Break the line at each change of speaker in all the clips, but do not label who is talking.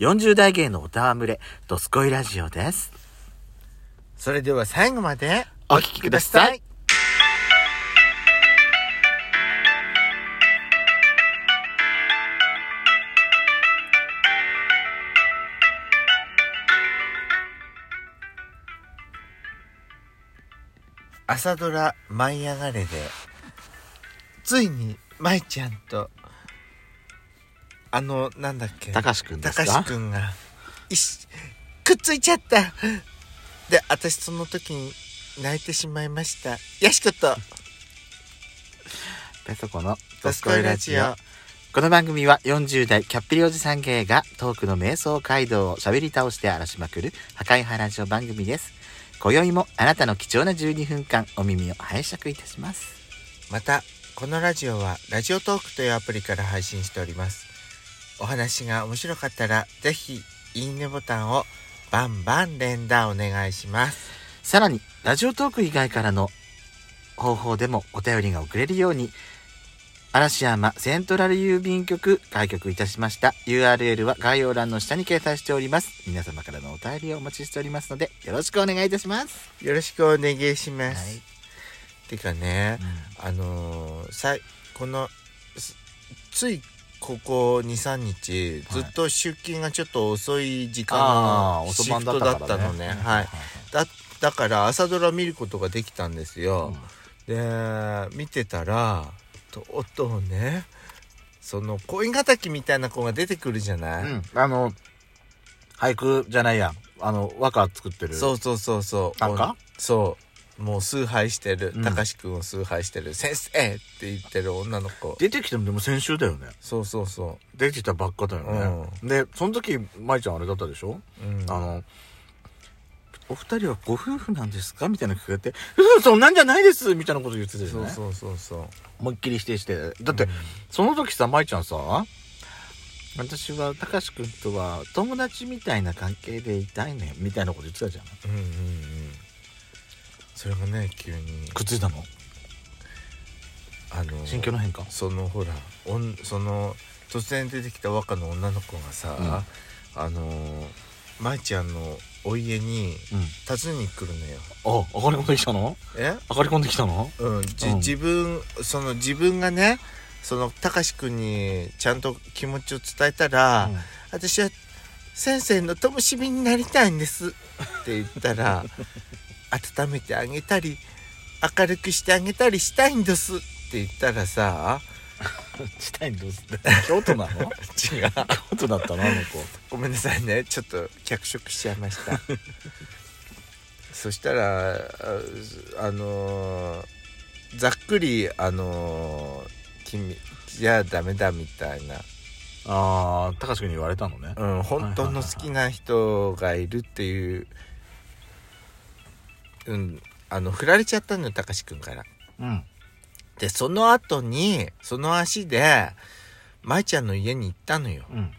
40代芸のおたわむれ、ドスコイラジオです。
それでは最後まで
お聞きください。
朝ドラ「舞いあがれで」ついに舞ちゃんとあのなんだっけ
たかしくんですか
たかしくんがいしくっついちゃったで私その時に泣いてしまいましたやしこと
ペソコの
「
ド
ド
ス
ス
コ
コ
イ
イ
ラ
ラ
ジ
ジ
オ
オ。」
この番組は40代キャッピリおじさん芸がトークの瞑想街道を喋り倒して荒らしまくる破壊派ラジオ番組です。今宵もあなたの貴重な12分間お耳を拝借いたします。
またこのラジオはラジオトークというアプリから配信しておりますお話が面白かったらぜひいいねボタンをバンバン連打お願いします
さらに、ラジオトーク以外からの方法でもお便りが送れるように、嵐山セントラル郵便局開局いたしました。URL は概要欄の下に掲載しております。皆様からのお便りをお待ちしておりますので、よろしくお願いいたします。
よろしくお願いします、
はい
てかねあのー、さいこのすついここ23日
は
ず
い
っと出勤がちょっと遅い時
ああ、
間の
お
シ
そば
フ
だっ
ト
たから
だったのねはいだだから朝ドラ見ることができたんですよ、で見てたらとうとうねその恋敵みたいな子が出てくるじゃない、
うん、あの俳句じゃないやあの和歌作ってる
そうそうそうそう
短歌
もうそうもう崇拝してる
うん
たかしくんを崇拝してる「先生!」って言ってる女の子
出てきたのでも先週だよね
そうそうそ
出てきたばっかだよね、でその時舞ちゃんあれだったでしょ、
う、うん、
あの「お二人はご夫婦なんですか?」みたいな聞かれて「うんそんなんじゃないです」みたいなこと言ってたよね
そうそうそうそう
思いっきり否定してだって、
うん
その時さ舞ちゃんさ私はたかしくんとは友達みたいな関係でいたいねみたいなこと言ってたじゃん
うんうんうんそれがね急に
くっついたの
あの
心境の変化
そのほらおんその突然出てきた和歌の女の子がさ、あのー舞ちゃんのお家に
うん
訪ねに来るのよ
あ、上がり込んできたの
え
上がり込んできたの
うん、じ
うん
自分その自分がねそのたかしくんにちゃんと気持ちを伝えたら、私は先生の灯火になりたいんですって言ったら温めてあげたり明るくしてあげたりしたいんですって言ったらさ
したいんどうすって。 京都なの
違う
京都だったのあの子。
ごめんなさいねちょっと脚色しちゃいましたそしたらああのーざっくりあのー君じゃあダメだみたいな、
ああ、高橋君に言われたのね。
うん、本当の好きな人がいるっていう、うん、あの振られちゃったのよたかしくんから。
うん。
でその後にその足で舞ちゃんの家に行ったのよ
うん。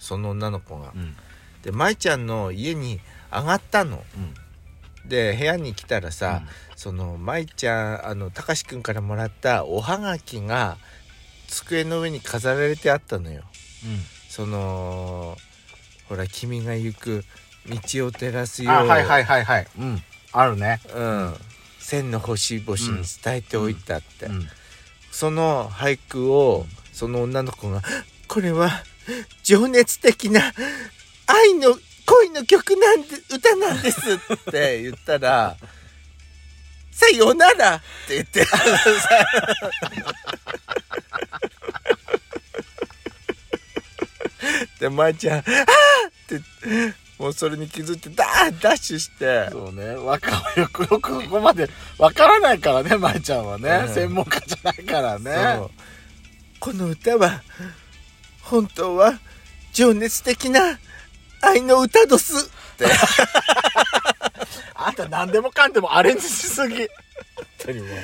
その女の子が
う。ん。
で舞ちゃんの家に上がったの。
うん。
で部屋に来たらさ、その舞ちゃんあのたかしくんからもらったおはがきが机の上に飾られてあったのよ
うん。
そのほら君が行く道を照らすよう
あ、はいはいはいはい。うん。あるね。
うん、千の星々に伝えておいたって、
うん。
その俳句をその女の子が「これは情熱的な愛の恋の曲なんで歌なんです」って 言ったら「さよなら」って言って で舞ちゃん「あーってもうそれに気づいてダーダッシュして
そうね。わかよくよくここまでわからないからね、舞ちゃんはね。
うん
専門家じゃないから
そ
ね
う。この歌は本当は情熱的な愛の歌どすって
あんた何でもかんでもアレンジしすぎ。本当にもう。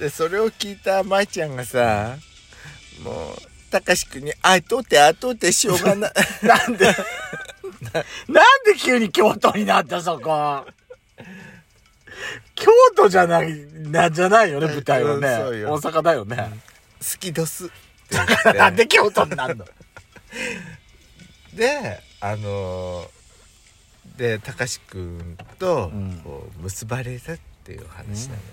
でそれを聞いた舞ちゃんがさもうたかしくんに「あとてあとてしょうがない」
なんでなんで急に京都になったそこ京都じゃないなじゃないよね舞台はね
うんそうよ
大阪だよね、
「好きどす」っ て
なん
言って
で京都になんの
であのーでたかしくん
う
と
ん
こう結ばれたっていう話なのよ、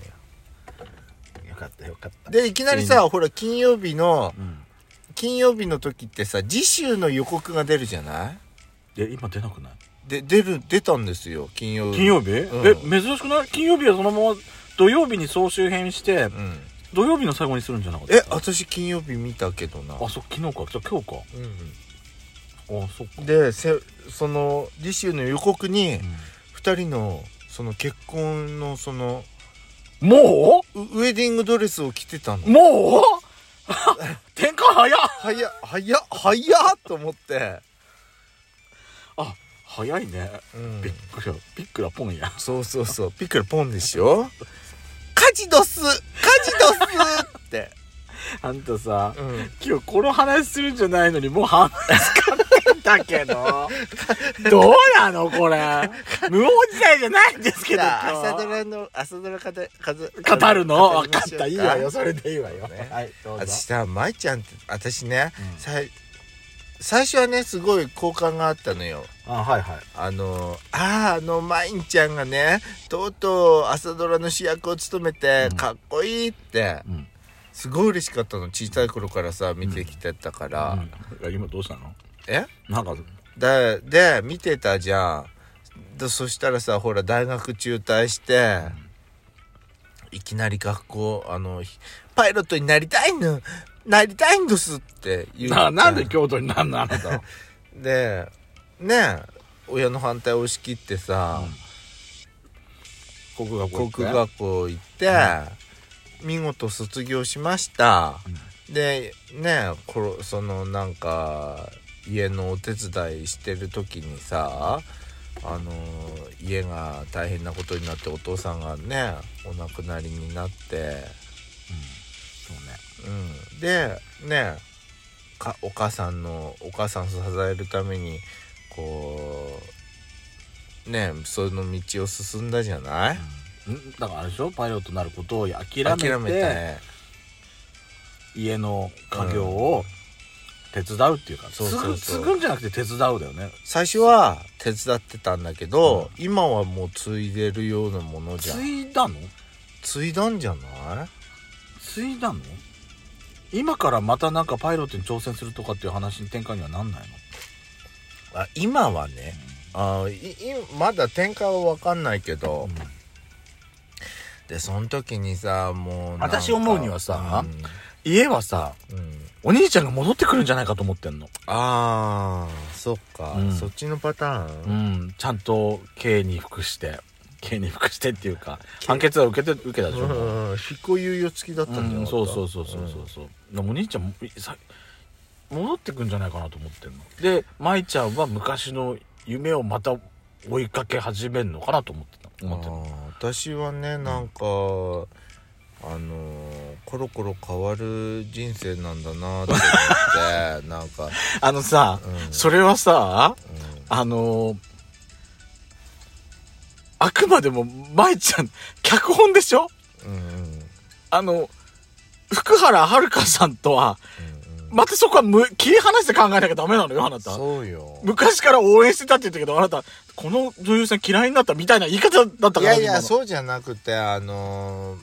よかったよかった
でいきなりさ、ほら金曜日の
うん、
金曜日の時ってさ次週の予告が出るじゃない
え今出なくない
で出る出たんですよ金曜日
金曜日、
うん
え珍しくない金曜日はそのまま土曜日に総集編して
うん、
土曜日の最後にするんじゃなかった
え私金曜日見たけどな
あそう昨日かじゃあ今日か
う
あそっか
ん、でせその次週の予告に
う
2人のその結婚のその
んも
ウウェディングドレスを着てたの
うもう 転換早っ
早っ早っ早っと思って、
あ早いね
うん
びっくりやびっくらポンや
そうそうそうピックルポンでしょカジドスカジドスって、
あんたさ
うん、
今日この話するんじゃないのにもう半分使ってんだけ どどうなのこれ無法地帯じゃないんですけ
じ
ど
ゃあ
今日
朝ドラの朝ドラかたかず
語るの分か
語りましょ
っ
う
たいいわよそれでいいわよ、
ね
はいどうぞ
私さ舞ちゃんって私ね、
うん
さい最初はねすごい好感があったのよ
あはいはい
あのあーあのまいんちゃんがねとうとう朝ドラの主役を務めて、
うん
かっこいいって
うん
すごい嬉しかったの小さい頃からさ見てきてたから、
うん今どうしたの
え
なんか
だで見てたじゃんでそしたらさほら大学中退して、いきなり学校あのひパイロットになりたいのなりたいんですって言う
ななんで
じ
京都になんのあなた
ゃんでね親の反対を押し切ってさ、
国学
航空学校行って、見事卒業しました、でねころそのなんか家のお手伝いしてる時にさあの家が大変なことになってお父さんがねお亡くなりになって、
そうね
うん、でねかお母さんのお母さんを支えるためにこうねその道を進んだじゃない、
んだからあれでしょパイロットになることを諦めて
諦めて
家の家業を手伝うっていうか、
そうそう
継
そう
ぐ継ぐんじゃなくて手伝うだよね
最初は手伝ってたんだけど、今はもう継いでるようなものじゃん
継いだの
継いだんじゃない
継いだの今からまたなんかパイロットに挑戦するとかっていう話に転換にはなんないの
あ今はねあいいまだ展開は分かんないけど、
うん
でその時にさもうなんか
私思うにはさ
うん
家はさ
うん
お兄ちゃんが戻ってくるんじゃないかと思ってんの
あーそっか、
うん
そっちのパター
う
ン、
んちゃんと刑に服して刑に服してっていうか判決は受けて受けたでしょ、もう
うん、執行猶予付きだったんじゃなか
う
っ
ん
た
そうそうそうそうそうそう、でもお兄ちゃんもいさ戻ってくんじゃないかなと思ってんので舞ちゃんは昔の夢をまた追いかけ始めるのかなと思ってた
うん
思ってんの
あー私はねなんか、あのーコロコロ変わる人生なんだなって思ってなんか、
あのさ、
うん
それはさ
うん
あのーあくまでも舞ちゃん脚本でしょ
うんうんうん
あの福原遥さんとは
うん
またそこはむ切り離して考えなきゃダメなのよあなた
そうよ
昔から応援してたって言ったけど、あなた、この女優さん嫌いになったみたいな言い方だったから
いやいや
今の
そうじゃなくてあのー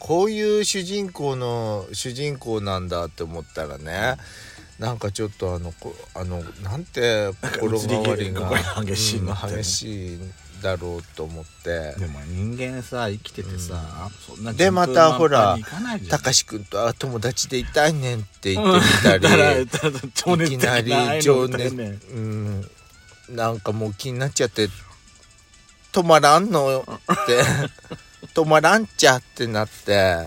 こういう主人公の主人公なんだって思ったらねなんかちょっとあのこあのなんて心変わり
移り
が
変わりが激しいなってね
うん激しいだろうと思って
でも人間さ、生きててさ、そんな
でまたほら「た
高
かし君とは友達でいたいねん」って言って
い だ
みた
ら
り、
情熱
いき
的な
なり情熱、
ね。
うん、なんかもう気になっちゃって止まらんのよって止まらんちゃってなって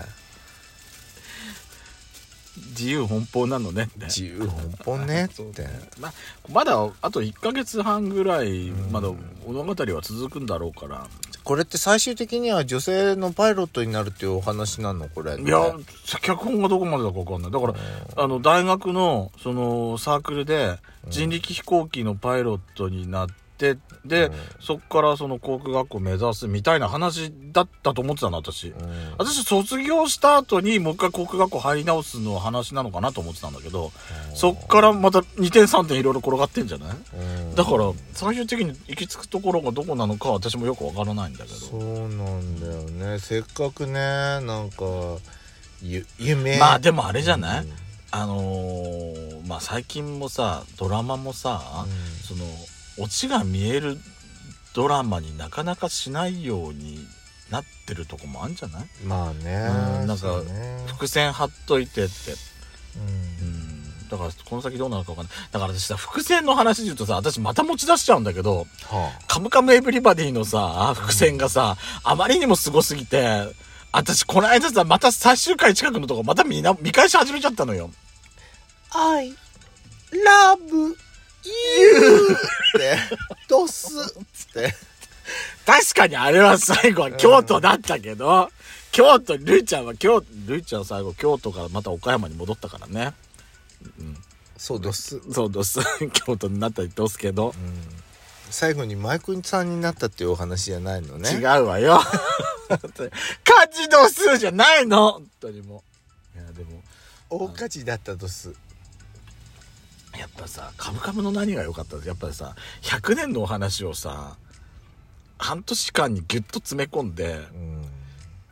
自由奔放なのねって。
自由奔放ねっ
そう
て
ままだあと1ヶ月半ぐらいまだ物語は続くんだろうから、
これって最終的には女性のパイロットになるっていうお話なのこれ
い
ね
や脚本がどこまでだか分かんないだからあの大学のそのサークルで人力飛行機のパイロットになっってで、そっからその航空学校目指すみたいな話だったと思ってたの私、
うんうん
私卒業した後にもう一回航空学校入り直すの話なのかなと思ってたんだけど、そっからまた2点3点いろいろ転がってんじゃない
うん
だから最終的に行き着くところがどこなのか私もよくわからないんだけ
そ
ど
うなんだよねせっかくねなんかゆ夢
まあでもあれじゃない、
うん
あのーまあ最近もさドラマもさ、そのオチが見えるドラマになかなかしないようになってるとこもあるんじゃない
うんまあね
うんなんか
そうね
伏線張っといてって、
うん
うん、だからこの先どうなるかわかんないだから私さ伏線の話で言うとさ私また持ち出しちゃうんだけど
は
「カムカムエヴリバディ」のさ伏線がさ、あまりにもすごすぎて私この間さまた最終回近くのとこまた見な見返し始めちゃったのよ。
あ、I love you ってドスって
確かにあれは最後は京都だったけど、京都、ルイちゃんは京都、ルイちゃんは最後京都からまた岡山に戻ったからね。
そうドス、うん、
そうどす、 京都になったりどすけど、
最後にマイクさんになったっていうお話じゃないのね
違うわよ。 本当に漢字度数じゃないの本当にもう。いや、でも、
大火事だったドス
やっぱさ、カムカムの何が良かったってやっぱりさ、100年のお話をさ、半年間にギュッと詰め込んで、
うん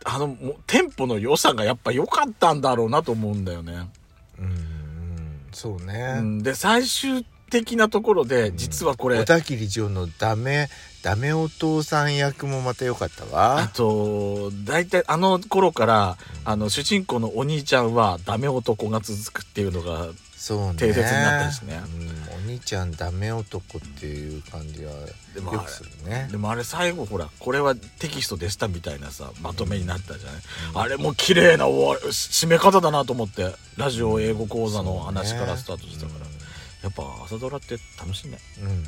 あの、もうテンポの良さがやっぱ良かったんだろうなと思うんだよね。
うんうんそうね、
うん、で最終的なところで実はこれ、
小田切城のダメダメお父さん役もまた良かった
あ
わ
と大体あの頃からあの主人公のお兄ちゃんはダメ男が続くっていうのが
そうね
定説になったりしてね
うん、お兄ちゃんダメ男っていう感じは
でもあれ
よくするね
でもあれ最後ほらこれはテキストでしたみたいなさまとめになったじゃない、あれも綺麗な終わり締め方だなと思ってラジオ英語講座の話からスタートしたから、やっぱ朝ドラって楽しいね
うん、